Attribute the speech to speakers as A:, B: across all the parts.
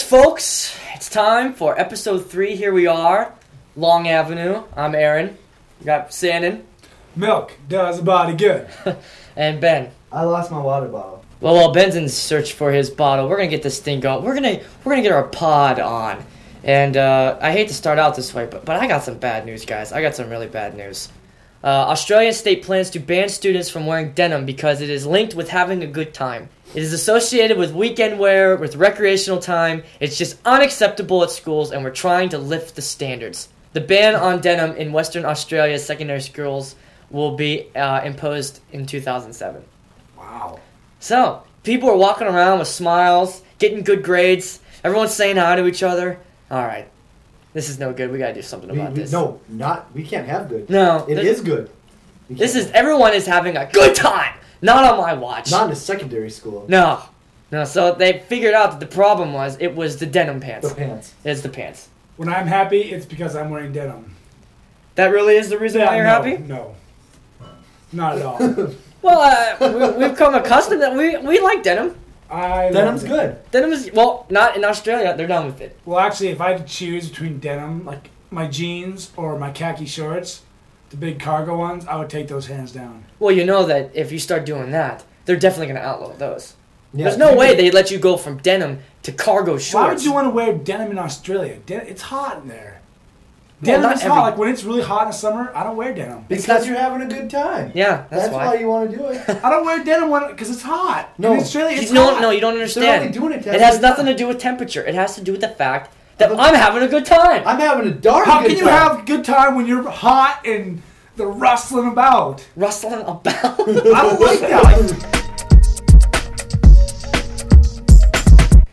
A: folks. It's time for episode three. Here we are, Long Avenue. I'm Aaron. We got Sandon
B: Milk does the body good.
A: and Ben.
C: I lost my water bottle.
A: Well, while Ben's in search for his bottle, we're gonna get this thing going. We're gonna we're gonna get our pod on. And uh, I hate to start out this way, but but I got some bad news, guys. I got some really bad news. Uh, Australian state plans to ban students from wearing denim because it is linked with having a good time. It is associated with weekend wear, with recreational time. It's just unacceptable at schools, and we're trying to lift the standards. The ban on denim in Western Australia's secondary schools will be uh, imposed in 2007.
B: Wow.
A: So, people are walking around with smiles, getting good grades, everyone's saying hi to each other. All right. This is no good. We got to do something
C: We,
A: about
C: we-
A: this.
C: no, not we can't have good.
A: No.
C: It
A: thi-
C: is good. We
A: This
C: can't-
A: is everyone is having a good time. Not on my watch.
C: not in a secondary school.
A: no. No, so they figured out that the problem was it was the denim pants.
C: The pants.
A: It's the pants.
B: When I'm happy, it's because I'm wearing denim.
A: That really is the reason why you're
B: no,
A: happy?
B: No. Not at all.
A: Well, uh, we, we've come accustomed that we we like denim.
B: I love
C: Denim's
B: it.
C: good.
A: Denim is well, not in Australia. They're done with it.
B: Well, actually, if I had to choose between denim, like my jeans or my khaki shorts, the big cargo ones, I would take those hands down.
A: Well, you know that if you start doing that, they're definitely going to outlaw those.
C: Yeah,
A: There's no
C: you-
A: way they let you go from denim to cargo shorts.
B: Why would you want to wear denim in Australia? Den- it's hot in there.
A: Well,
B: Denim
A: not
B: is
A: every-
B: hot. Like when it's really hot in the summer, I don't wear denim.
C: Because you're having a good time.
A: Yeah, that's,
C: That's,
A: why.
C: why. you want to do it.
B: I don't wear denim because it's hot.
C: No.
B: in Australia,
A: You-
B: it's
A: no,
B: hot.
A: no, you don't
C: They're only
A: understand.
C: doing it. To
A: It
C: have a
A: has
C: good
A: nothing
C: time.
A: to do with temperature. It has to do with the fact that I'm having a good time.
C: I'm having a darn.
B: How
C: good
B: can you
C: time.
B: have a good time when you're hot and the rustling about?
A: Rustling about.
B: I don't like that.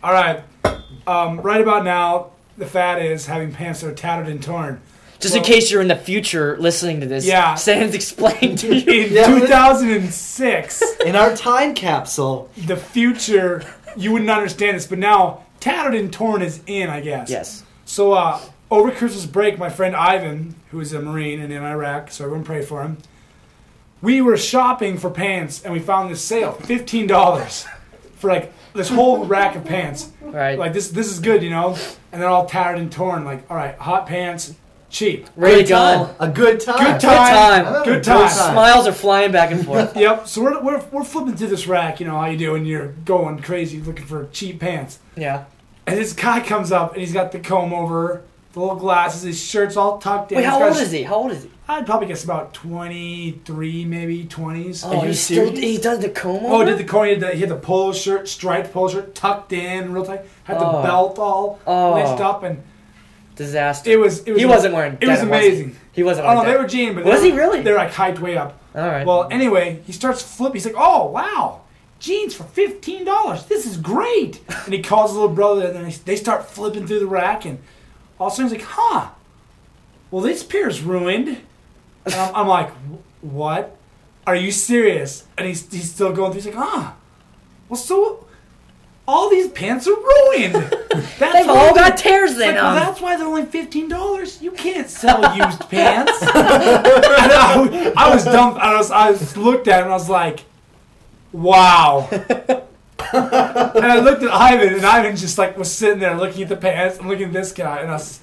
B: All right. Um, right about now, the fad is having pants that are tattered and torn.
A: Just in
B: Well-
A: case you're in the future listening to this,
B: Yeah.
A: Sans explained to you.
B: In
C: Yeah, but-
B: 2006,
C: in our time capsule?
B: the future, you wouldn't understand this, but now tattered and torn is in, I guess.
A: Yes.
B: So uh, over Christmas break, my friend Ivan, who is a Marine and in Iraq, so everyone pray for him. We were shopping for pants and we found this sale, fifteen dollars, for like this whole rack of pants.
A: All right.
B: Like this, this is good, you know. And they're all tattered and torn. Like, all right, hot pants, cheap,
A: Ready to
C: Good time.
A: go.
C: A good time.
A: time.
B: good time,
C: I'm having a
B: Good time.
A: Smiles are flying back and forth.
B: Yep. So we're, we're we're flipping through this rack, you know how you do, and you're going crazy looking for cheap pants.
A: yeah.
B: And this guy comes up and he's got the comb over, the little glasses, his shirt's all tucked in.
A: Wait,
B: He's
A: how
B: got
A: old
B: his-
A: is he? How old is he?
B: I'd probably guess about 23, maybe 20s.
A: Oh,
C: you
A: he's still
C: serious?
A: he does the comb
B: Oh,
A: over?
B: did the coin? He had the, he had the polo shirt, striped polo shirt, tucked in real tight. Had the
A: Oh.
B: belt all
A: Oh.
B: laced up, and
A: disaster.
B: it was. It was
A: he wasn't wearing.
B: It was
A: denim, he?
B: amazing.
A: He wasn't.
B: Oh,
A: Wearing
B: no, they
A: denim.
B: were jean, but
A: Was
B: they
A: he really?
B: They're like hiked way up.
A: All right.
B: Well, anyway, he starts flipping. He's like, "Oh wow, jeans for fifteen dollars. This is great." and he calls his little brother, and then they start flipping through the rack, and all of a sudden he's like, "Huh? Well, this pair's ruined." And I'm, I'm like, "Wh- "What? Are you serious?" And he's he's still going through. He's like, "Ah, well, so." All these pants are ruined. That's
A: they've
B: why
A: all
B: they're-
A: got tears um. in
B: It's like,
A: them.
B: well, that's why they're only fifteen dollars. You can't sell used pants. And I, I was dumped. I was. I was looked at him. and I was like, "Wow." and I looked at Ivan, and Ivan just like was sitting there looking at the pants and looking at this guy, and I was.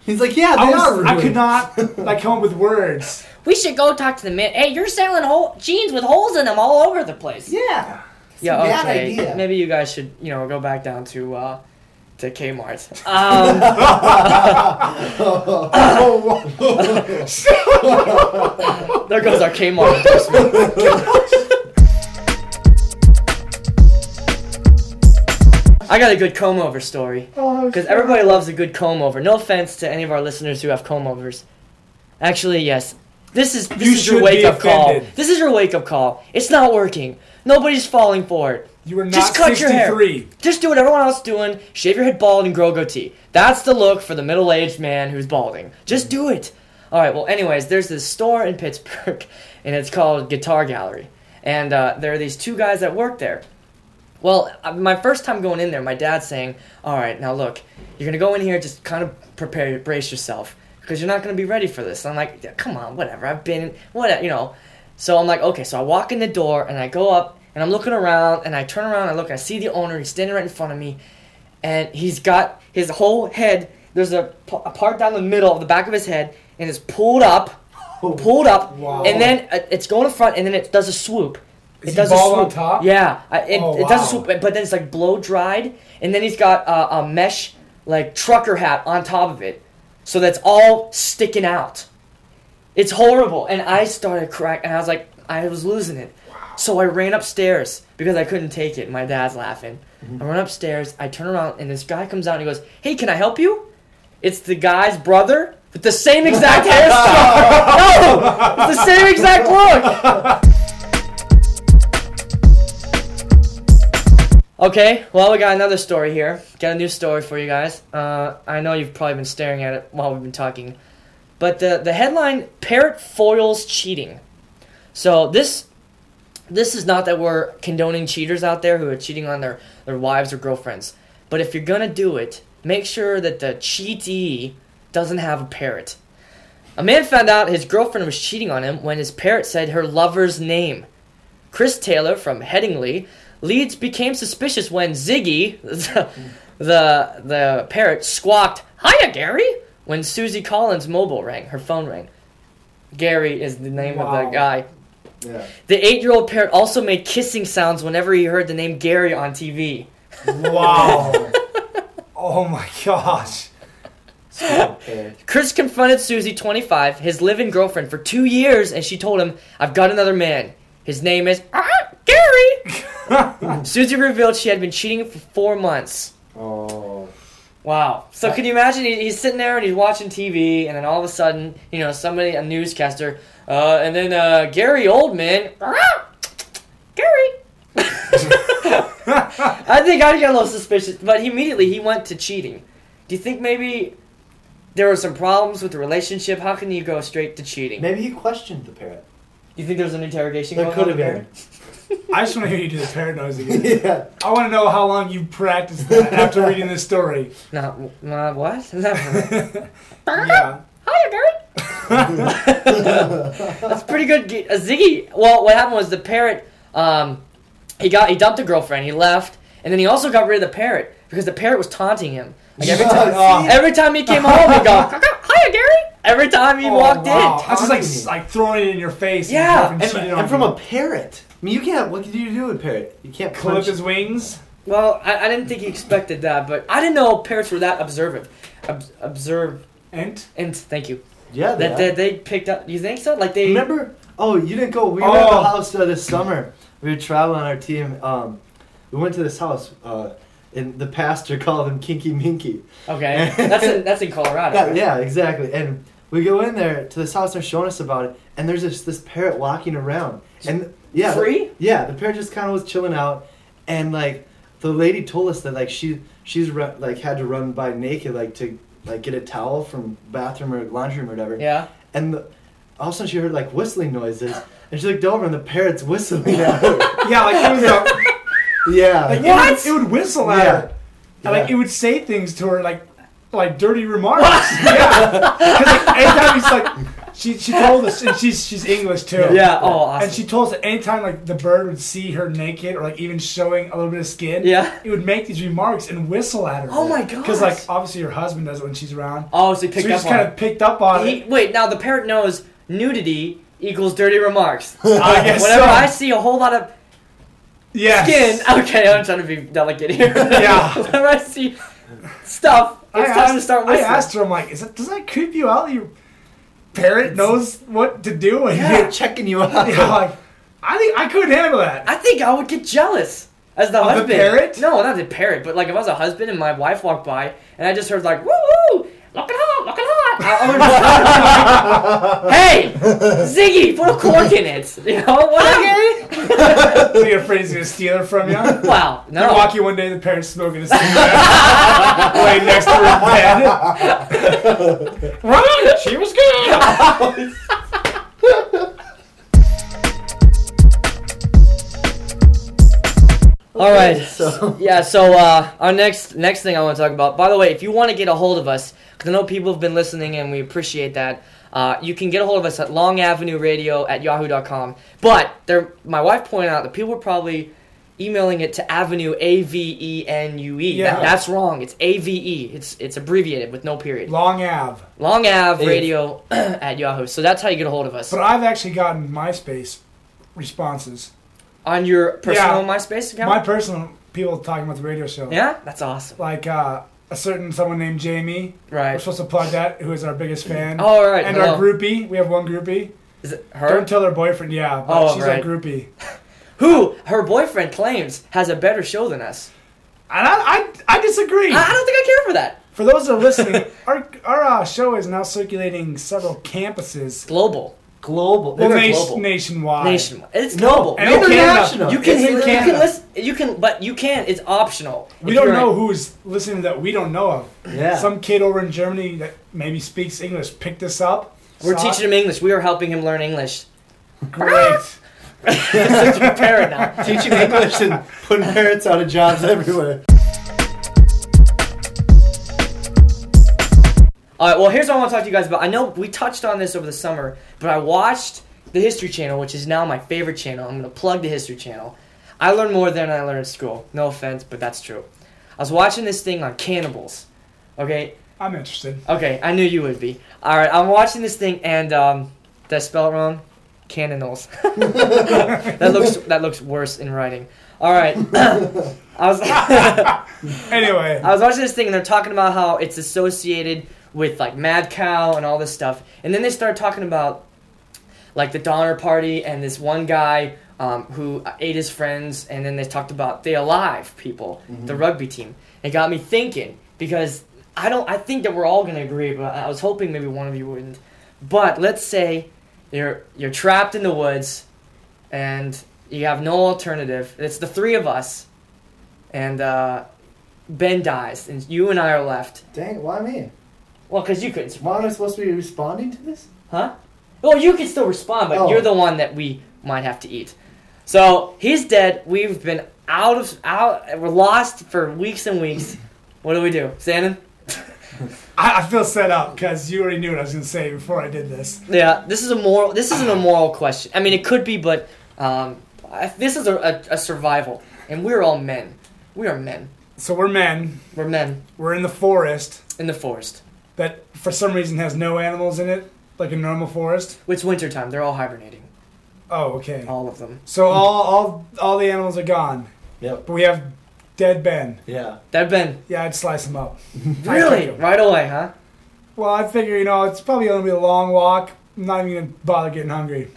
C: He's like, yeah,
B: I,
C: they are.
B: was, I
C: ruined.
B: could not like come up with words.
A: We should go talk to the man. Hey, you're selling hole- jeans with holes in them all over the place.
C: Yeah.
A: Yeah,
C: It's a bad
A: okay.
C: idea.
A: Maybe you guys should, you know, go back down to uh, to Kmart. Um, there goes our Kmart endorsement. I got a good comb over story
B: Oh,
A: because everybody loves a good comb over. No offense to any of our listeners who have comb overs. Actually, yes. This is this
B: You
A: is your
B: should be
A: wake up call.
B: offended.
A: This is your wake up call. It's not working. Nobody's falling for it.
B: You were not
A: Just cut your hair.
B: sixty-three.
A: Just do what everyone else is doing. Shave your head bald and grow a goatee. That's the look for the middle aged man who's balding. Just do it. All right. Well, anyways, there's this store in Pittsburgh, and it's called Guitar Gallery, and uh, there are these two guys that work there. Well, uh, my first time going in there, my dad's saying, "All right, now look, you're gonna go in here, just kind of prepare, brace yourself, because you're not gonna be ready for this." And I'm like, "Yeah, "Come on, whatever. I've been, what, you know." So I'm like, "Okay." So I walk in the door and I go up and I'm looking around and I turn around and I look. I see the owner. He's standing right in front of me, and he's got his whole head. There's a, p- a part down the middle of the back of his head, and it's pulled up, pulled up,
B: Oh, Wow.
A: and then uh, it's going in front, and then it does a swoop. it
B: Is he
A: does
B: bald
A: a swoop.
B: on top?
A: Yeah, I- it,
B: Oh,
A: it does a
B: wow.
A: swoop, but but then it's like blow dried, and then he's got uh, a mesh like trucker hat on top of it, so that's all sticking out. It's horrible. And I started crying, and I was like, I was losing it. So I ran upstairs because I couldn't take it. My dad's laughing.
B: Mm-hmm.
A: I run upstairs. I turn around, and this guy comes out and he goes, "Hey, can I help you?" It's the guy's brother with the same exact hairstyle. no, it's the same exact look. Okay, well, we got another story here. Got a new story for you guys. Uh, I know you've probably been staring at it while we've been talking. But the the headline parrot foils cheating. So this this is not that we're condoning cheaters out there who are cheating on their, their wives or girlfriends. But if you're gonna do it, make sure that the cheatee doesn't have a parrot. A man found out his girlfriend was cheating on him when his parrot said her lover's name. Chris Taylor from Headingley, Leeds became suspicious when Ziggy, the the parrot, squawked, "Hiya, Gary!" when Susie Collins' mobile rang. Her phone rang. Gary is the name of
B: Wow.
A: the guy.
C: Yeah.
A: The eight-year-old parrot also made kissing sounds whenever he heard the name Gary on TV.
B: Wow. oh my gosh.
C: Okay.
A: Chris confronted Susie, 25, his live-in girlfriend, for two years, and she told him, "I've got another man. His name is ah, Gary." Susie revealed she had been cheating for four months.
C: Oh.
A: Wow. So can you imagine? He, he's sitting there and he's watching TV, and then all of a sudden, you know, somebody, a newscaster, uh, and then uh, Gary Oldman. Gary. I think I got a little suspicious, but he immediately he went to cheating. Do you think maybe there were some problems with the relationship? How can you go straight to cheating?
C: Maybe he questioned the parrot.
A: You think there's an interrogation
C: There
A: going
C: could
A: on
C: have been.
B: I just want to hear you do the parrot noise again.
C: yeah.
B: I want to know how long you practiced that after reading this story.
A: Not uh, what? Hi,
B: Yeah.
A: Gary. That's pretty good. ge- uh, Ziggy. Well, what happened was the parrot. Um, he got he dumped a girlfriend. He left, and then he also got rid of the parrot because the parrot was taunting him. Like every time,
C: Oh,
A: every time he came home, he go, "Hiya, Gary." Every time he
B: Oh,
A: walked
B: wow.
A: in.
B: That's just like
C: Taunting you.
B: like throwing it in your face.
A: Yeah,
B: and, your
C: and,
B: girlfriend cheated on
C: and from
B: you.
C: a parrot. I mean, you can't. What can you do with a parrot? You can't
B: clip
C: punch.
B: his wings.
A: Well, I, I didn't think he expected that, but I didn't know parrots were that observant. Ob- observe
B: And
A: and thank you.
C: yeah. They
A: That,
C: are.
A: that they picked up. You think so? Like they
C: Remember? Oh, you didn't go. We were at
B: Oh.
C: the house uh, this summer. We were traveling on our team. Um, we went to this house, uh, and the pastor called him Kinky Minky.
A: Okay, that's in, that's in Colorado.
C: Yeah,
A: right?
C: yeah, exactly. And we go in there to this house. They're showing us about it, and there's this this parrot walking around, and yeah,
A: Free?
C: yeah, the parrot just kind of was chilling out, and like the lady told us that like she she's ru- like had to run by naked like to like get a towel from bathroom or laundry room or whatever.
A: Yeah.
C: And the, all of a sudden she heard like whistling noises, and she looked over and the parrot's whistling at her.
B: yeah, like it was a,
C: yeah.
B: like It,
A: What?
B: would, it would whistle at
C: Yeah.
B: her. And, Like
C: Yeah.
B: it would say things to her like like dirty remarks. yeah. 'Cause, like, anytime he's like she she told us and she's she's English too.
A: Yeah. Oh, awesome.
B: And she told us that anytime like the bird would see her naked or like even showing a little bit of skin,
A: Yeah.
B: it would make these remarks and whistle at her.
A: Oh my god.
B: Because like obviously her husband does it when she's around.
A: Oh, so he picked
B: so we
A: up
B: just
A: on
B: kind
A: it.
B: of picked up on
A: He,
B: it.
A: wait, now the parrot knows nudity equals dirty remarks.
B: I guess
A: Whenever
B: so.
A: I see a whole lot of
B: Yes.
A: skin, okay, I'm trying to be delicate here.
B: Yeah.
A: Whenever I see stuff, it's
B: I
A: time
B: asked,
A: to start
B: I
A: whistling.
B: asked her, I'm like, is it, does that creep you out? that Your parent knows what to do. And
C: yeah.
B: yeah.
C: They're checking you out.
B: I'm like, I think I couldn't handle that.
A: I think I would get jealous as the
B: the
A: husband.
B: parrot?
A: No, not the parrot, but like if I was a husband and my wife walked by and I just heard like woo woo, looking hot, looking hot. I, I would hey, Ziggy, put a cork in it. You know what?
B: so you're afraid he's gonna steal her from you? You
A: Wow, no.
B: walk you one day, the parents smoking a cigarette, laying next to her in bed. Right? She was good.
A: All right.
C: So
A: Yeah, so uh, our next next thing I want to talk about. By the way, if you want to get a hold of us, because I know people have been listening and we appreciate that, uh, you can get a hold of us at longavenueradio at yahoo.com. But there, my wife pointed out that people were probably emailing it to Avenue A V E N U E.
B: Yeah.
A: That's wrong. It's A V E. It's it's abbreviated with no period.
B: Long Ave.
A: Long Ave
C: Eve.
A: Radio at Yahoo. So that's how you get a hold of us
B: But I've actually gotten MySpace responses.
A: on your personal
B: Yeah.
A: MySpace account.
B: My personal people talking about the radio show.
A: yeah, that's awesome.
B: Like uh, a certain someone named Jamie. We're
A: Right.
B: supposed to plug that, who is our biggest fan.
A: Oh, all right.
B: and
A: hello.
B: our groupie. We have one groupie.
A: Is it
B: Don't
A: her?
B: tell her boyfriend, yeah, but
A: Oh,
B: she's
A: right.
B: our groupie.
A: Who her boyfriend claims has a better show than us.
B: And I, I, I disagree.
A: I, I don't think I care for that.
B: For those that are listening, our, our uh, show is now circulating several campuses,
A: Global,
C: Global.
B: well,
C: They're
B: nation-
C: global.
B: nationwide.
A: nationwide. It's
C: No,
A: global.
B: And in Canada.
C: international.
A: You can,
B: It's in
A: you can
B: Canada.
A: listen. You can, but you can. It's optional.
B: We
A: If
B: don't
A: you're
B: know
A: in-
B: who's listening that we don't know of.
C: Yeah.
B: Some kid over in Germany that maybe speaks English picked this up.
A: We're
B: saw
A: teaching him English. We are helping him learn English.
B: it. Great.
A: Such a parent now.
C: teaching English and putting parents out of jobs everywhere.
A: All right. Well, here's what I want to talk to you guys about. I know we touched on this over the summer, but I watched the History Channel, which is now my favorite channel. I'm gonna plug the History Channel. I learned more than I learned in school. No offense, but that's true. I was watching this thing on cannibals. Okay,
B: I'm interested.
A: Okay, I knew you would be. All right, I'm watching this thing, and um, did I spell it wrong? Cannonals. that looks that looks worse in writing. All right, I was I
B: Anyway,
A: was watching this thing, and they're talking about how it's associated with like Mad Cow and all this stuff, and then they start talking about like the Donner Party and this one guy um, who ate his friends, and then they talked about the Alive people, the rugby team. It got me thinking because I don't. I think that we're all going to agree, but I was hoping maybe one of you wouldn't. But let's say you're you're trapped in the woods, and you have no alternative. It's the three of us, and uh, Ben dies, and you and I are left.
C: Dang, why me?
A: Well, because you could,
C: Why am I supposed to be responding to this?
A: Huh? Well, you can still respond, but
C: Oh.
A: you're the one that we might have to eat. So he's dead. We've been out of out. We're lost for weeks and weeks. What do we do, Shannon?
B: I, I feel set up because you already knew what I was going to say before I did this.
A: Yeah, this is a moral. This isn't a moral question. I mean, it could be, but um, I, this is a, a, a survival, and we're all men. We are men.
B: So we're men.
A: We're men
B: We're in the forest
A: in the forest.
B: that for some reason has no animals in it, like a normal forest.
A: It's wintertime. They're all hibernating.
B: Oh, okay.
A: All of them.
B: So all, all, all the animals are gone,
C: Yep.
B: but we have dead Ben.
C: Yeah.
A: That Ben.
B: Yeah, I'd slice him up. I'd cook
A: Really?
B: him.
A: Right away, huh?
B: Well, I figure, you know, it's probably going to be a long walk. I'm not even going to bother getting hungry.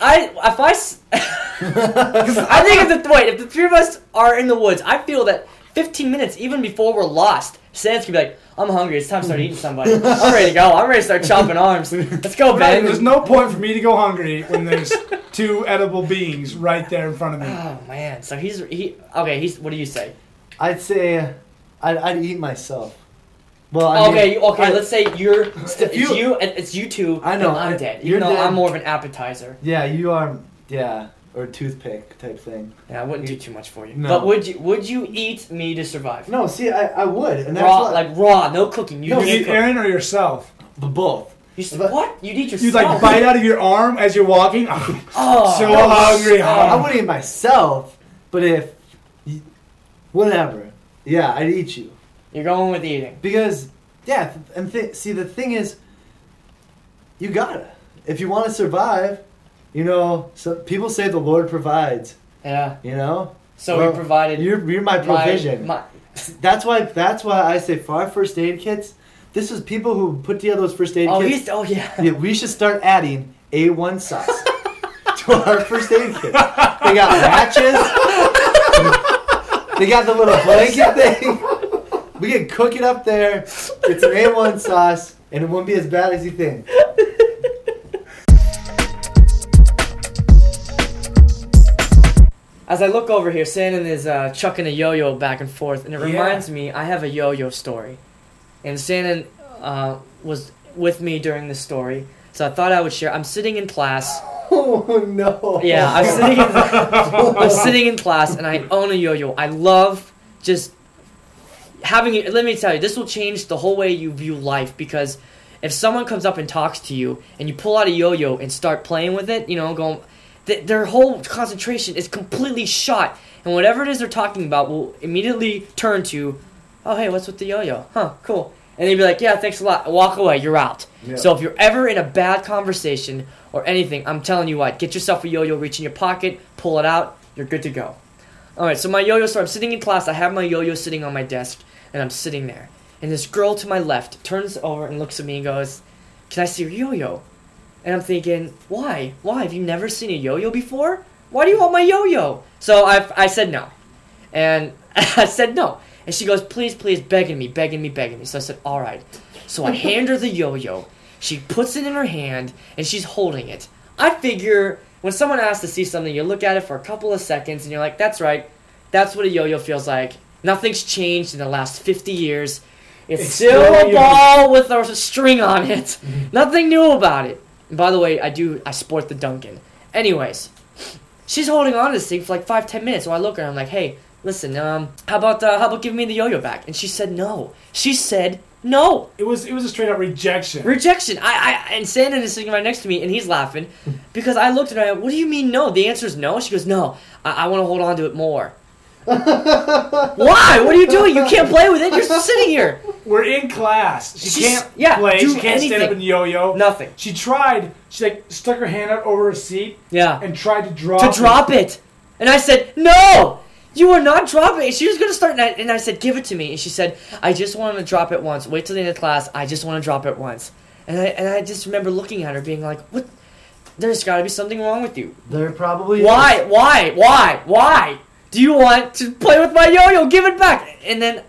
A: I if I s- I think if the wait if the three of us are in the woods, I feel that 15 minutes even before we're lost, Sans could be like, "I'm hungry. It's time to start eating somebody. I'm ready to go. I'm ready to start chopping arms. Let's go, Ben."
B: There's no point for me to go hungry when there's two edible beings right there in front of me.
A: Oh man, so he's he okay. He's what do you say?
C: I'd say I'd, I'd eat myself. Well, I
A: Okay,
C: mean,
A: you, okay.
C: I-
A: let's say you're it's you,
C: you-
A: and it's you two.
C: I know,
A: and I'm
C: I-
A: dead.
C: you're
A: Even though
C: dead.
A: I'm more of an appetizer,
C: Yeah, you are. Yeah, or toothpick type thing.
A: and I wouldn't do too much for you.
C: No.
A: But would you would you eat me to survive?
C: No, see, I, I would, and that's
A: raw,
C: what-
A: like raw, no cooking. You
C: No,
B: You
A: can't
B: eat
A: cook.
B: Aaron or yourself.
C: b- both.
A: You s-
C: But-
A: what? You'd eat yourself.
B: You like bite out of your arm as you're walking.
A: Oh,
B: So
A: no,
B: hungry,
A: stop.
C: I would eat myself, but if y- whatever, yeah, I'd eat you
A: You're going with eating.
C: because yeah, and th- see the thing is, you gotta if you want to survive, you know. So people say the Lord provides,
A: Yeah.
C: you know.
A: So
C: Well,
A: we provided
C: You're you're my
A: my-
C: provision.
A: my-
C: That's why that's why I say for our first aid kits. This is people who put together those first aid
A: oh,
C: kits.
A: he's, oh yeah.
C: Yeah, we should start adding A1 sauce to our first aid kit. They got matches. they got the little blanket thing. We can cook it up there. It's an A1 sauce, and it won't be as bad as you think.
A: As I look over here, Sandon is uh, chucking a yo-yo back and forth, and it
B: Yeah.
A: reminds me I have a yo-yo story, and Sandon uh, was with me during the story, so I thought I would share. I'm sitting in class.
C: Oh no!
A: Yeah, I'm sitting. In, I'm sitting in class, and I own a yo-yo. I love just having it. Let me tell you, this will change the whole way you view life because if someone comes up and talks to you, and you pull out a yo-yo and start playing with it, you know, going, th- their whole concentration is completely shot, and whatever it is they're talking about will immediately turn to, oh hey, what's with the yo-yo? Huh, cool. And they'd be like, yeah, thanks a lot. Walk away. You're out.
C: Yeah.
A: So if you're ever in a bad conversation or anything, I'm telling you what, get yourself a yo-yo, reach in your pocket, pull it out. You're good to go. All right, so my yo-yo. So I'm sitting in class. I have my yo-yo sitting on my desk, and I'm sitting there. And this girl to my left turns over and looks at me and goes, "Can I see your yo-yo?" And I'm thinking, "Why? Why have you never seen a yo-yo before? Why do you want my yo-yo?" So I I said no, and I said no. And she goes, "Please, please," begging me, begging me, begging me. So I said, "All right." So I hand her the yo-yo. She puts it in her hand and she's holding it. I figure when someone asks to see something, you look at it for a couple of seconds and you're like, "That's right." That's what a yo-yo feels like. Nothing's changed in the last 50 years. It's,
B: It's
A: still
B: still a
A: a
B: yo-yo.
A: ball with a string on it. Nothing new about it. And by the way, I do I sport the Duncan. Anyways, she's holding on to this thing for like five ten minutes. So I look at her. I'm like, hey, listen, um, how about uh, how about giving me the yo-yo back? And she said no. She said no.
B: It was it was a straight up rejection.
A: Rejection. I, I and Sandon is sitting right next to me, and he's laughing because I looked at her. I went, what do you mean no? The answer is no. She goes, no. I, I want to hold on to it more. Why? What are you doing? You can't play with it. You're sitting here.
B: We're in class. She
A: She's-
B: can't
A: yeah,
B: play.
A: do
B: She can't stand
A: anything.
B: up and yo-yo.
A: Nothing.
B: She tried. She like stuck her hand out over her seat
A: Yeah.
B: and tried to drop.
A: to
B: it.
A: drop it. And I said, No! You are not dropping it. She was going to start, and I, and I said, Give it to me. And she said, I just want to drop it once. Wait till the end of class. I just want to drop it once. And I, and I just remember looking at her being like, What? There's got to be something wrong with you.
C: There probably is.
A: Why? Why? Why? Why? Do you want to play with my yo yo? Give it back! And then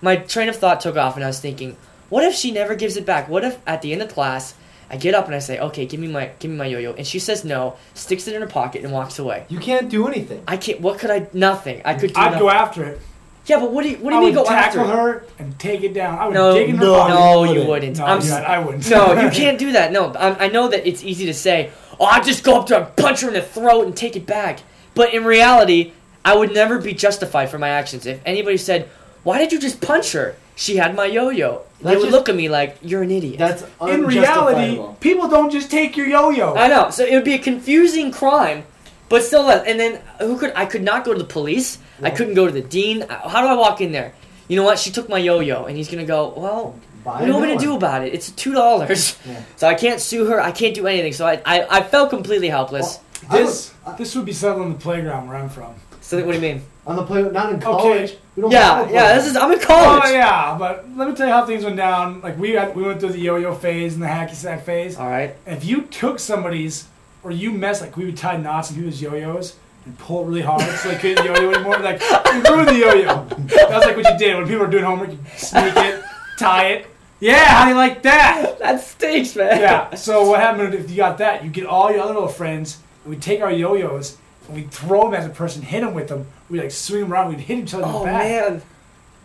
A: my train of thought took off, and I was thinking, what if she never gives it back? What if at the end of class, I get up and I say, okay, give me my give me my yo yo, and she says no, sticks it in her pocket, and walks away.
C: You can't do anything.
A: I can't. What could I? Nothing. I could. Do
B: I'd go
A: nothing.
B: after it.
A: Yeah, but what do you? What do
B: I
A: you mean
B: would
A: go
B: tackle
A: after? it?
B: her and take it down. I would
A: No,
B: dig in her
C: no,
B: pocket.
A: No,
C: You
A: you
C: wouldn't.
A: wouldn't.
B: No,
A: I'm.
B: dude,
A: s-
B: I wouldn't.
A: No, you can't do that. No, i I know that it's easy to say, oh, I just go up to her, punch her in the throat, and take it back. But in reality, I would never be justified for my actions. If anybody said, why did you just punch her? She had my yo-yo. They
C: That's
A: would
C: just-
A: look at me like, you're an idiot.
C: That's
B: In reality,
C: unjustifiable.
B: people don't just take your yo-yo.
A: I know. So it would be a confusing crime, but still less. And then who could? I could not go to the police. I couldn't go to the dean. I- How do I walk in there? You know what? She took my yo-yo, and he's gonna go. Well,
C: Buy
A: what do you want me to
C: another
A: do
C: one.
A: about it? It's two dollars.
C: Yeah.
A: So I can't sue her. I can't do anything. So I, I, I felt completely helpless.
B: Oh. This
C: I would-
B: this would be settled on the playground where I'm from.
A: So what do you mean?
C: on the play, not in college. We don't
A: Yeah,
C: have a
A: yeah.
C: play-
A: This is I'm in
B: Oh
A: college.
B: yeah, but let me tell you how things went down. Like we had, we went through the yo-yo phase and the hacky sack phase.
A: All right.
B: If you took somebody's or you messed, like we would tie knots in people's yo-yos and pull it really hard so they couldn't yo-yo anymore. Like you ruined the yo-yo. That was like what you did when people were doing homework. You sneak it, tie it. Yeah, how do you like that?
A: That stinks, man.
B: Yeah. So what happened if you got that? You get all your other little friends. and We take our yo-yos and we throw them at the person, hit them with them. We like swing them around. We'd hit each other in
A: Oh
B: the back.
A: man.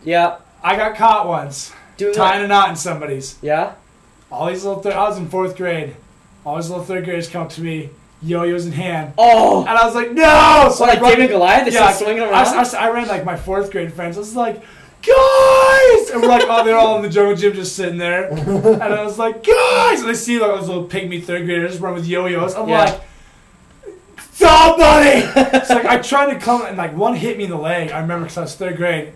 A: Yeah.
B: I got caught once
A: Doing what?
B: tying a knot in somebody's.
A: Yeah.
B: All these little third, I was in fourth grade. All these little third graders come up to me, yo-yos in hand,
A: Oh.
B: and I was like, no.
A: So like
B: run-
A: David and Goliath, they
B: Yeah,
A: start swinging around.
B: I, I- I ran like my fourth grade friends. I was like, guys, and we're like, oh, they're all in the jungle gym just sitting there, and I was like, guys, and I see like those little pygmy third graders run with yo-yos. I'm
A: Yeah.
B: like. Somebody! it's like I tried to come and like one hit me in the leg. I remember because I was third grade,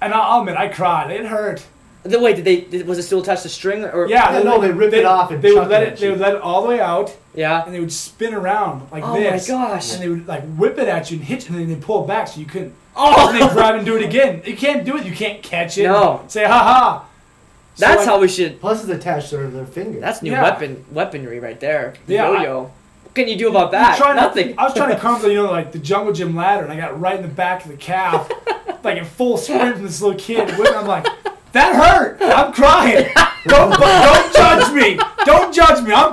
B: and I'll I'll admit I cried. It hurt.
A: The- wait, did they? Did, was it still attached to string or?
B: Yeah,
C: Yeah, no, they rip it off and
B: they would
C: chuck
B: let
C: it
B: it.
C: at
B: They
C: you.
B: would let it all the way out,
A: Yeah.
B: and they would spin around like
A: Oh my
B: this.
A: gosh.
B: And they would like whip it at you and hit you, and then they pull it back so you couldn't.
A: Oh.
B: And they grab and do it again. You can't do it. You can't catch it.
A: No.
B: Say ha ha. So,
A: That's
B: like,
A: how we should.
C: Plus, it's attached to their finger.
A: That's new
B: Yeah.
A: weapon weaponry right there. The
B: Yeah, I-
A: yo-yo. what can you do
B: I'm
A: about that?
B: trying to-
A: Nothing.
B: I was trying to come to you know like the jungle gym ladder, and I got right in the back of the calf, like in full sprint from this little kid. And I'm like. That hurt. I'm crying. Don't don't judge me. Don't judge me. I'm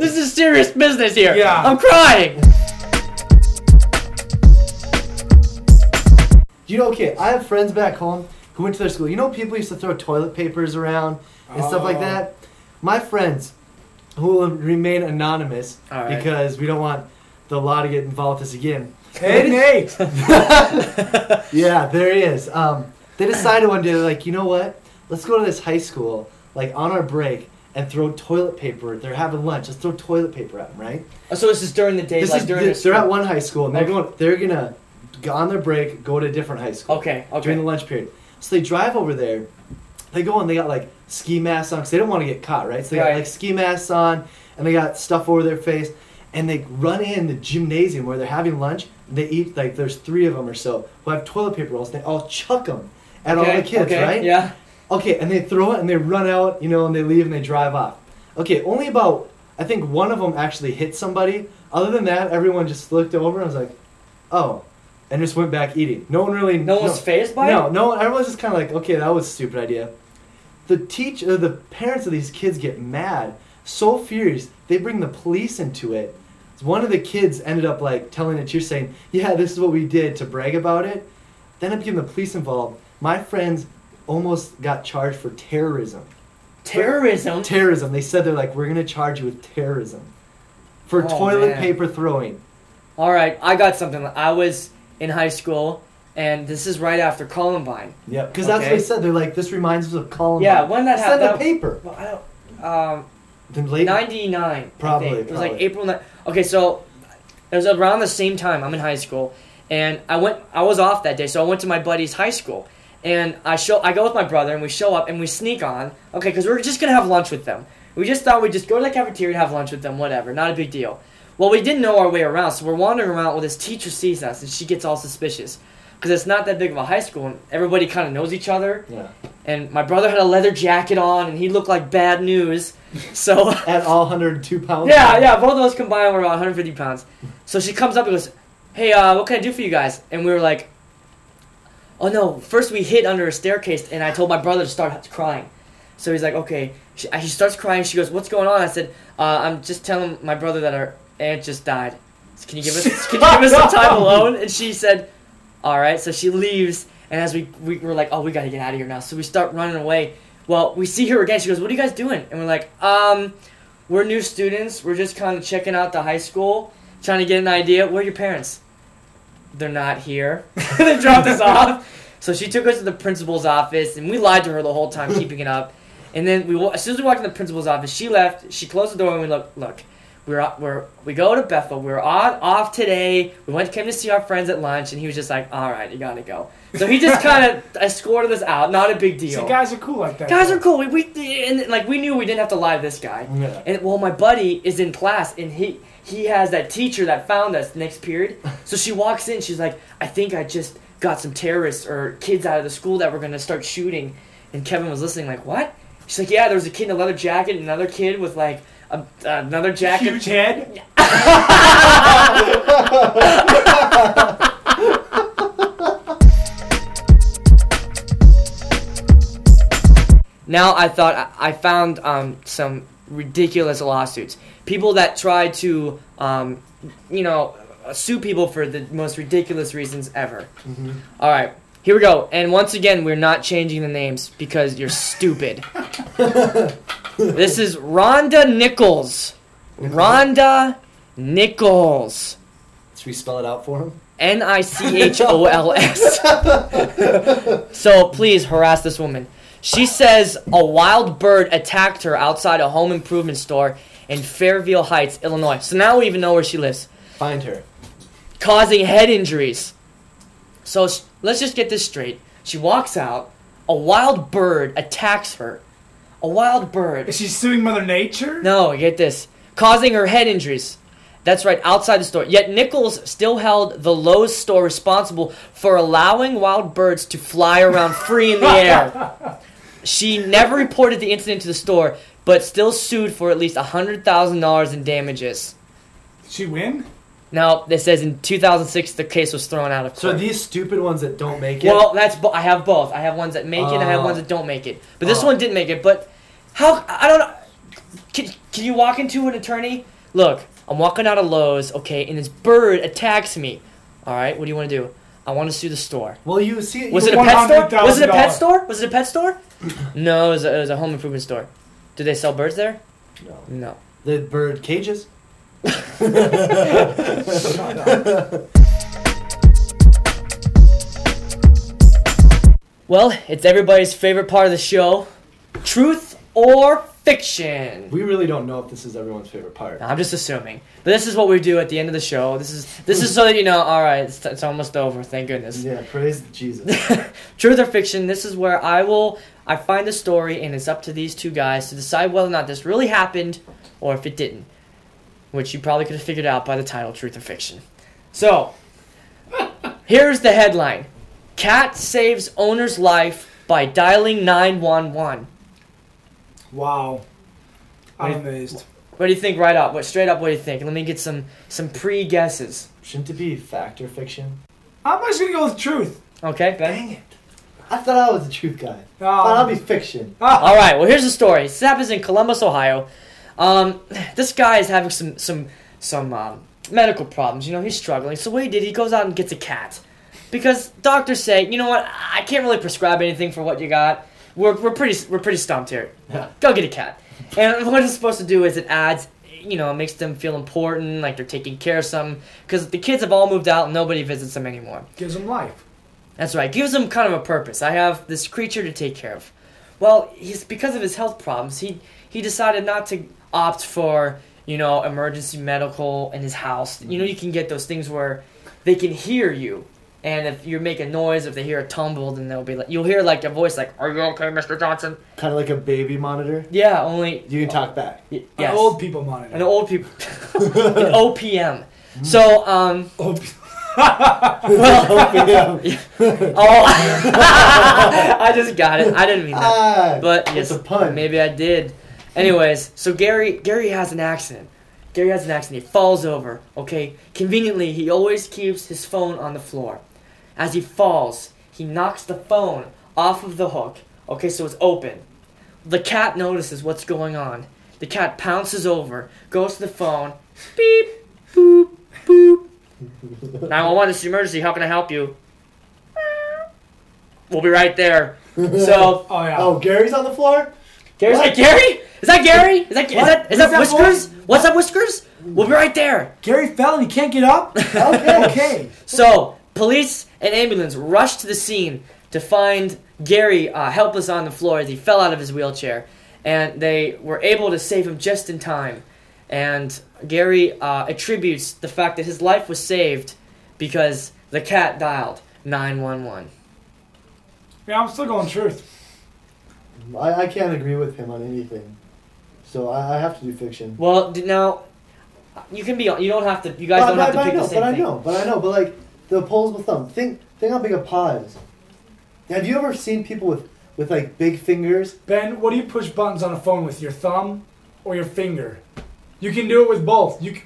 A: this is serious business here.
B: Yeah.
A: I'm crying.
C: You know, okay, I have friends back home who went to their school. You know, people used to throw toilet papers around and stuff like
B: Oh.
C: that. My friends, who will remain anonymous
A: All right.
C: because we don't want the law to get involved with us again.
B: Hey Nate.
C: Yeah, there he is. Um, they decided one day, they're like, you know what? Let's go to this high school, like on our break, and throw toilet paper. They're having lunch. Let's throw toilet paper at them, right?
A: Oh, so this is during the day,
C: This
A: like
C: is,
A: during
C: this-
A: the
C: they're at one high school and they're going. They're gonna go on their break, go to a different high school.
A: Okay, okay.
C: During the lunch period, so they drive over there. They go and they got like ski masks on because they don't want to get caught, right? So they
A: Right.
C: got like ski masks on and they got stuff over their face, and they run in the gymnasium where they're having lunch. They eat like there's three of them or so who have toilet paper rolls. They all chuck them at all
A: okay,
C: the kids,
A: okay,
C: right?
A: Yeah.
C: Okay, and they throw it and they run out, you know, and they leave and they drive off. Okay, only about I think one of them actually hit somebody. Other than that, everyone just looked over and was like, "Oh," and just went back eating. No one really.
A: No one's phased by
C: No,
A: it.
C: no. Everyone's just kind of like, "Okay, that was a stupid idea." The teach, uh, the parents of these kids get mad, so furious they bring the police into it. One of the kids ended up like telling the teacher saying, "Yeah, this is what we did to brag about it." Then up getting the police involved. My friends almost got charged for terrorism.
A: Terrorism.
C: Terrorism. They said they're like, we're gonna charge you with terrorism for
A: Oh,
C: toilet
A: man.
C: paper throwing.
A: All right, I got something. I was in high school, and this is right after Columbine.
C: Yep. Because that's
A: Okay.
C: what they said. They're like, this reminds us of Columbine.
A: Yeah, when that
C: It's on
A: happened-
C: the paper.
A: Well, I don't. Um,
C: The late
A: 99.
C: Probably,
A: I think. It was like
C: probably.
A: April. Ni- okay, so it was around the same time. I'm in high school, and I went. I was off that day, so I went to my buddy's high school, and I show. I go with my brother, and we show up, and we sneak on. Okay, because we we're just gonna have lunch with them. We just thought we'd just go to the cafeteria, have lunch with them, whatever. Not a big deal. Well, we didn't know our way around, so we're wandering around. Well, this teacher sees us, and she gets all suspicious because it's not that big of a high school, and everybody kind of knows each other.
C: Yeah.
A: And my brother had a leather jacket on, and he looked like bad news. So
C: At all 102 pounds.
A: yeah, yeah, both of us combined were about 150 pounds. So she comes up and goes, "Hey, uh, what can I do for you guys?" And we were like, "Oh no!" First we hid under a staircase, and I told my brother to start crying. So he's like, "Okay." She, he starts crying. She goes, "What's going on?" I said, uh, "I'm just telling my brother that our aunt just died. Can you give us Can you give us some time alone?" And she said, "All right." So she leaves, and as we we were like, "Oh, we gotta get out of here now." So we start running away. Well, we see her again. She goes, "What are you guys doing?" And we're like, "Um." we're new students. We're just kind of checking out the high school, trying to get an idea. Where are your parents? They're not here. they dropped us off. So she took us to the principal's office, and we lied to her the whole time, keeping it up. And then we, wa- as soon as we walked in the principal's office, she left. She closed the door, and we look, look, we're o- we're we go to Bethel. We're on off today. We went came to see our friends at lunch, and he was just like, "All right, you gotta go." So he just kind of escorted us out. Not a big deal.
B: See, guys are cool like that.
A: guys
B: though.
A: are cool. We, we and like we knew we didn't have to lie to this guy.
C: Yeah.
A: And well, my buddy is in class, and he he has that teacher that found us next period. So she walks in, she's like, "I think I just got some terrorists or kids out of the school that were gonna start shooting." And Kevin was listening, like, "What?" She's like, "Yeah, there was a kid in a leather jacket, and another kid with like a, another jacket."
B: Huge head.
A: Now I thought I I found um, some ridiculous lawsuits. People that try to, um, you know, sue people for the most ridiculous reasons ever. All right, here we go. And once again, we're not changing the names because you're stupid. this is Rhonda Nichols. Rhonda Nichols.
C: Should we spell it out for him?
A: N I C H O L S. So please harass this woman. She says a wild bird attacked her outside a home improvement store in Fairview Heights, Illinois. So now we even know where she lives,
C: Find her.
A: causing head injuries. So s- let's just get this straight. She walks out, a wild bird attacks her. A wild bird.
B: Is she suing Mother Nature?
A: No, get this. Causing her head injuries. That's right, outside the store. Yet Nichols still held the Lowe's store responsible for allowing wild birds to fly around free in the air. She never reported the incident to the store, but still sued for at least $100,000 in damages.
B: Did she win?
A: Now, this says in 2006 the case was thrown out of court.
C: So these stupid ones that don't make it.
A: Well, that's bo- I have both. I have ones that make it, and I have
C: Oh.
A: ones that don't make it. But this
C: Oh.
A: one didn't make it. But how? I don't know. Can, can you walk into an attorney? Look, I'm walking out of Lowe's, okay, and this bird attacks me. All right, what do you want to do? I want to sue the store.
C: Well, you see.
A: Was
C: you-
A: it a pet store? Was it a
B: $100,000.
A: pet store? Was it a pet store? no, it was, a, it was a home improvement store. Do they sell birds there?
C: No.
A: No.
C: The bird cages.
A: Well, it's everybody's favorite part of the show. Truth or fiction.
C: We really don't know if this is everyone's favorite part.
A: I'm just assuming. But this is what we do at the end of the show. This is this is so that you know. All right, it's, it's almost over. Thank goodness.
C: Yeah, praise Jesus.
A: Truth or fiction. This is where I will I find the story, and it's up to these two guys to decide whether or not this really happened or if it didn't, which you probably could have figured out by the title, Truth or Fiction. So here's the headline: Cat saves owner's life by dialing 911.
B: Wow. I'm
A: Wait.
B: amazed.
A: What do you think? Right up, what straight up? What do you think? Let me get some some pre guesses.
C: Shouldn't it be fact or fiction?
B: I'm just gonna go with truth.
A: Okay, Ben.
C: Dang it. I thought I was a truth guy.
B: Oh.
C: Thought I'll be fiction.
B: Ah,
A: All right. Well, here's the story. This happens in Columbus, Ohio. Um, this guy is having some some some um, medical problems. You know, he's struggling. So what he did, he goes out and gets a cat because doctors say, you know what, I can't really prescribe anything for what you got. We're, we're pretty we're pretty stumped here.
C: Yeah.
A: Go get a cat. And what it's supposed to do is it adds, you know, it makes them feel important, like they're taking care of something. Because the kids have all moved out, and nobody visits them anymore.
B: gives him life.
A: That's right. Gives him kind of a purpose. I have this creature to take care of. Well, he's because of his health problems, he he decided not to opt for you know emergency medical in his house. You
B: Mm-hmm.
A: know you can get those things where they can hear you, and if you make a noise, if they hear a tumble, then they'll be like you'll hear like a voice like "Are you okay, Mister Johnson?"
C: Kind of like a baby monitor.
A: Yeah, only
C: You can talk back.
A: y-
B: An
A: yes.
B: old people monitor.
A: an old people an OPM. So um
B: old
C: Yeah.
A: oh I just got it. I didn't mean that.
C: Ah,
A: But yes,
C: it's a pun.
A: Maybe I did. Anyways, so Gary Gary has an accident. Gary has an accident. He falls over. Okay. Conveniently, he always keeps his phone on the floor. As he falls, he knocks the phone off of the hook. Okay, so it's open. The cat notices what's going on. The cat pounces over, goes to the phone. Beep, boop, boop. 911, this is emergency. How can I help you? We'll be right there. So
B: Oh yeah.
C: Oh, Gary's on the floor.
A: Gary's
C: What?
A: like Gary? Is that Gary? Is that is
C: What?
A: that, is
B: Is
A: that
B: that
A: Whiskers? What's up, Whiskers? We'll be right there.
B: Gary fell and he can't get up.
C: Okay.
B: okay.
A: So police and ambulance rushed to the scene to find Gary uh, helpless on the floor as he fell out of his wheelchair, and they were able to save him just in time. And Gary uh, attributes the fact that his life was saved because the cat dialed nine one one.
B: Yeah, I'm still going truth.
C: I, I can't agree with him on anything, so I, I have to do fiction.
A: Well, d- now you can be. You don't have to. You guys
C: but,
A: don't have to
C: but
A: pick
C: I know,
A: the same
C: but
A: thing.
C: I know, but I know, but like the polls with thumb. Think, think how big a paw is. Have you ever seen people with with like big fingers?
B: Ben, what do you push buttons on a phone with? Your thumb or your finger? You can do it with both. You can,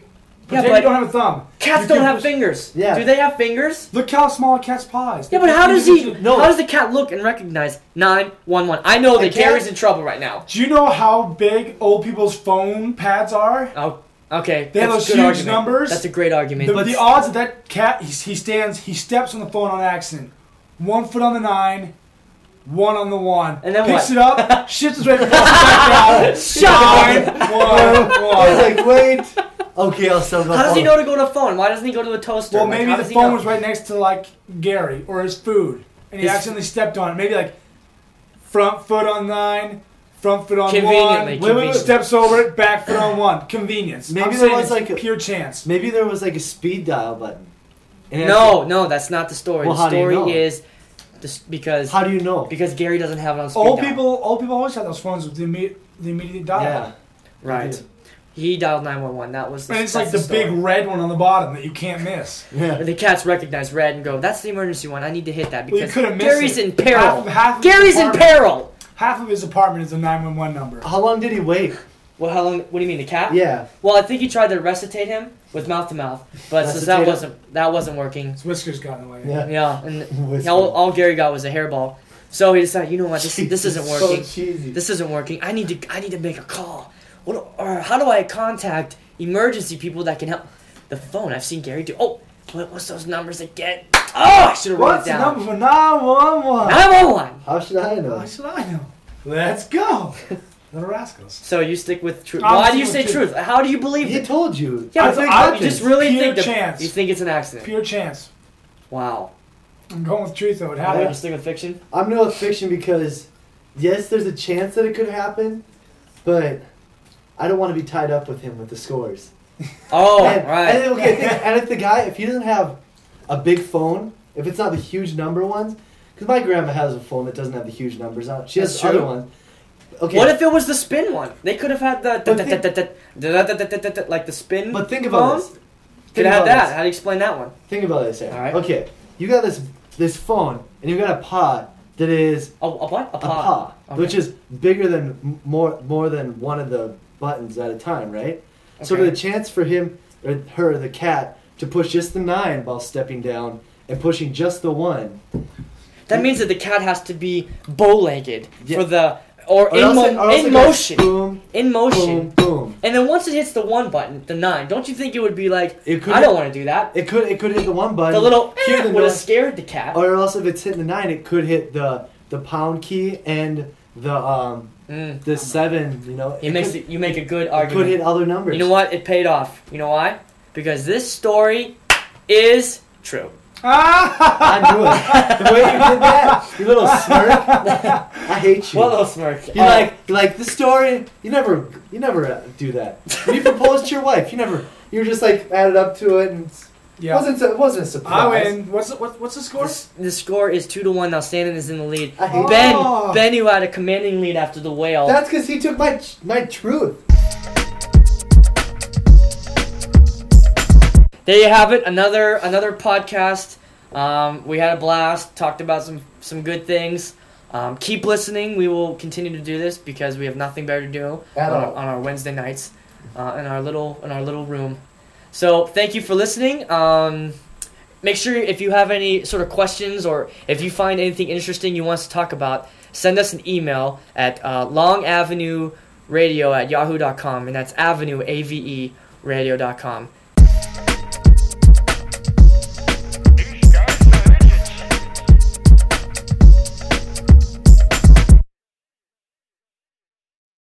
B: pretend
A: but-
B: you don't have a thumb.
A: Cats
B: You
A: don't
B: can
A: have
B: push-
A: fingers.
C: Yeah.
A: Do they have fingers?
B: Look how small a cat's paw is.
A: Yeah, but how does he?
C: No.
A: How does the cat look and recognize nine one one? I know that
C: cat-
A: Gary's in trouble right now.
B: Do you know how big old people's phone pads are?
A: Oh, okay.
B: They have
A: that's a
B: those
A: good
B: huge
A: argument.
B: numbers.
A: That's a great argument.
B: The,
A: but
B: the odds of that cat, he, he stands, he steps on the phone on accident. One foot on the nine, one on the one.
A: And then
B: Picks
A: what?
B: it up, shifts his weight, falls back down.
A: Shut
B: Nine, one,
C: I was
B: one.
C: like, wait. Okay, I'll still go.
A: Oh, how does he know
C: phone.
A: to go to the phone? Why doesn't he go to the toaster?
B: Well,
A: Like,
B: maybe
A: how
B: the
A: does he
B: phone
A: know?
B: was right next to, like, Gary or his food. And he
A: His-
B: accidentally stepped on it. Maybe, like, front foot on nine, front foot on one.
A: Conveniently,
B: Wait, wait, wait.
A: convenient.
B: Steps over it, back foot on one. Convenience.
C: Maybe
B: I'm
C: there
B: saying
C: was,
B: it's
C: like, a-
B: pure chance.
C: Maybe there was like a speed dial button. And it's
A: No, no, that's not the story.
C: Well,
A: the
C: how do you
A: story
C: know?
A: is just because
C: like, how do you know?
A: because Gary doesn't have it on speed
B: Old
A: dial.
B: people, old people always had those phones with the, imme- the immediate dial.
C: Yeah.
A: Right. He dialed nine one one. That was. The,
B: And it's
A: that's
B: like the,
A: story.
B: big red one on the bottom that you can't miss.
C: Yeah.
A: And the cats recognize red and go, "That's the emergency one. I need to hit that
B: Well, you
A: because
B: could've missed
A: Gary's
B: it.
A: in peril.
B: Half- half of
A: Gary's
B: the
A: in
B: apartment.
A: peril."
B: Half of his apartment is a 911 number.
C: How long did he wait?
A: Well, how long? What do you mean, the cat?
C: Yeah.
A: Well, I think he tried to resuscitate him with mouth to mouth, but since that
C: Resuscitate him?
A: wasn't that wasn't working,
B: His whiskers got in the way.
C: Yeah.
A: yeah, and
C: Whisper.
A: all, all Gary got was a hairball. So he decided, you know what, this, this isn't
C: Jesus, so
A: working.
C: cheesy.
A: This isn't working. I need to I need to make a call. What do- or how do I contact emergency people that can help? The phone. I've seen Gary do. Oh, what, what's those numbers again? Oh, I should have wrote it
B: What's the
A: down.
B: number for 911?
A: Nine one one.
C: How should I know?
A: Oh,
B: How should I know? Let's go. Little Rascals.
A: So you stick with truth.
B: I'm
A: Why do you say
B: sticking with
A: truth? How do you believe
C: He
A: it?
C: told you.
A: Yeah,
B: I
A: but
B: think
A: I, you
B: happened.
A: just really
B: Pure
A: think that
B: chance.
A: you think it's an accident.
B: Pure chance.
A: Wow.
B: I'm going with truth though. It
A: How
B: happened.
A: stick with fiction?
C: I'm gonna go with fiction because yes, there's a chance that it could happen, but I don't want to be tied up with him with the scores.
A: Oh,
C: and,
A: right.
C: And, okay, think- and if the guy, if he doesn't have a big phone, if it's not the huge number ones, because my grandma has a phone that doesn't have the huge numbers on. it. She has
A: That's
C: other
A: true.
C: ones. Okay.
A: What if it was the spin one? They could have had the
C: But
A: da- da-
C: think-
A: da- da- da- da- da- da- da- da- like the spin.
C: But think about
A: phone?
C: this.
A: Could
C: Think
A: have
C: about
A: that.
C: this.
A: How do you explain that one?
C: Think about this. Aaron.
A: All right.
C: Okay, you got this this phone, and you got a pod that is
A: A, a what? A
C: a
A: pod.
C: pod,
A: Okay.
C: which is bigger than m- more more than one of the buttons at a time, right? So
A: Okay.
C: the chance for him or her, the cat, to push just the nine while stepping down and pushing just the one,
A: That means that the cat has to be bow-legged
C: Yeah.
A: for the or,
C: Or
A: in,
C: else
A: mo-
C: it- or else it
A: in
C: goes
A: motion,
C: boom,
A: in motion.
C: boom, boom.
A: And then once it hits the one button, the nine. Don't you think it would be like
C: It could-
A: I don't want to do that.
C: It could it could hit the one button.
A: the little
C: hear the
A: would have
C: noise,
A: scared the cat.
C: or else if it's hitting the nine, it could hit the the pound key and the um
A: Mm.
C: the seven. You know,
A: It makes it, you make a good
C: It could
A: argument.
C: hit other numbers.
A: You know what? It paid off. You know why? Because this story is true.
B: Ah!
C: I knew it. The way you did that, you little smirk. I hate you.
A: Well, little smirk.
C: you're
A: Uh,
C: like, you're like the story. You never, you never uh, do that. When you proposed to your wife, you never, you were just like added up to it, and it
B: Yeah.
C: wasn't, it wasn't a surprise.
B: I win. What's the, what, what's the
A: the,
B: score?
A: s- the score is two to one now. Sandon is in the lead.
C: I hate
A: Ben,
C: you.
B: Oh.
A: Ben, who had a commanding lead after the whale.
C: That's because he took my my truth.
A: there you have it. Another another podcast. Um, we had a blast. Talked about some some good things. Um, keep listening. We will continue to do this because we have nothing better to do
B: Oh.
C: At
A: on,
C: all.
A: on our Wednesday nights uh, in our little in our little room. So thank you for listening. Um, make sure if you have any sort of questions or if you find anything interesting you want us to talk about, send us an email at uh, E longavenueradio at yahoo.com, and that's avenue, A-V-E, radio.com.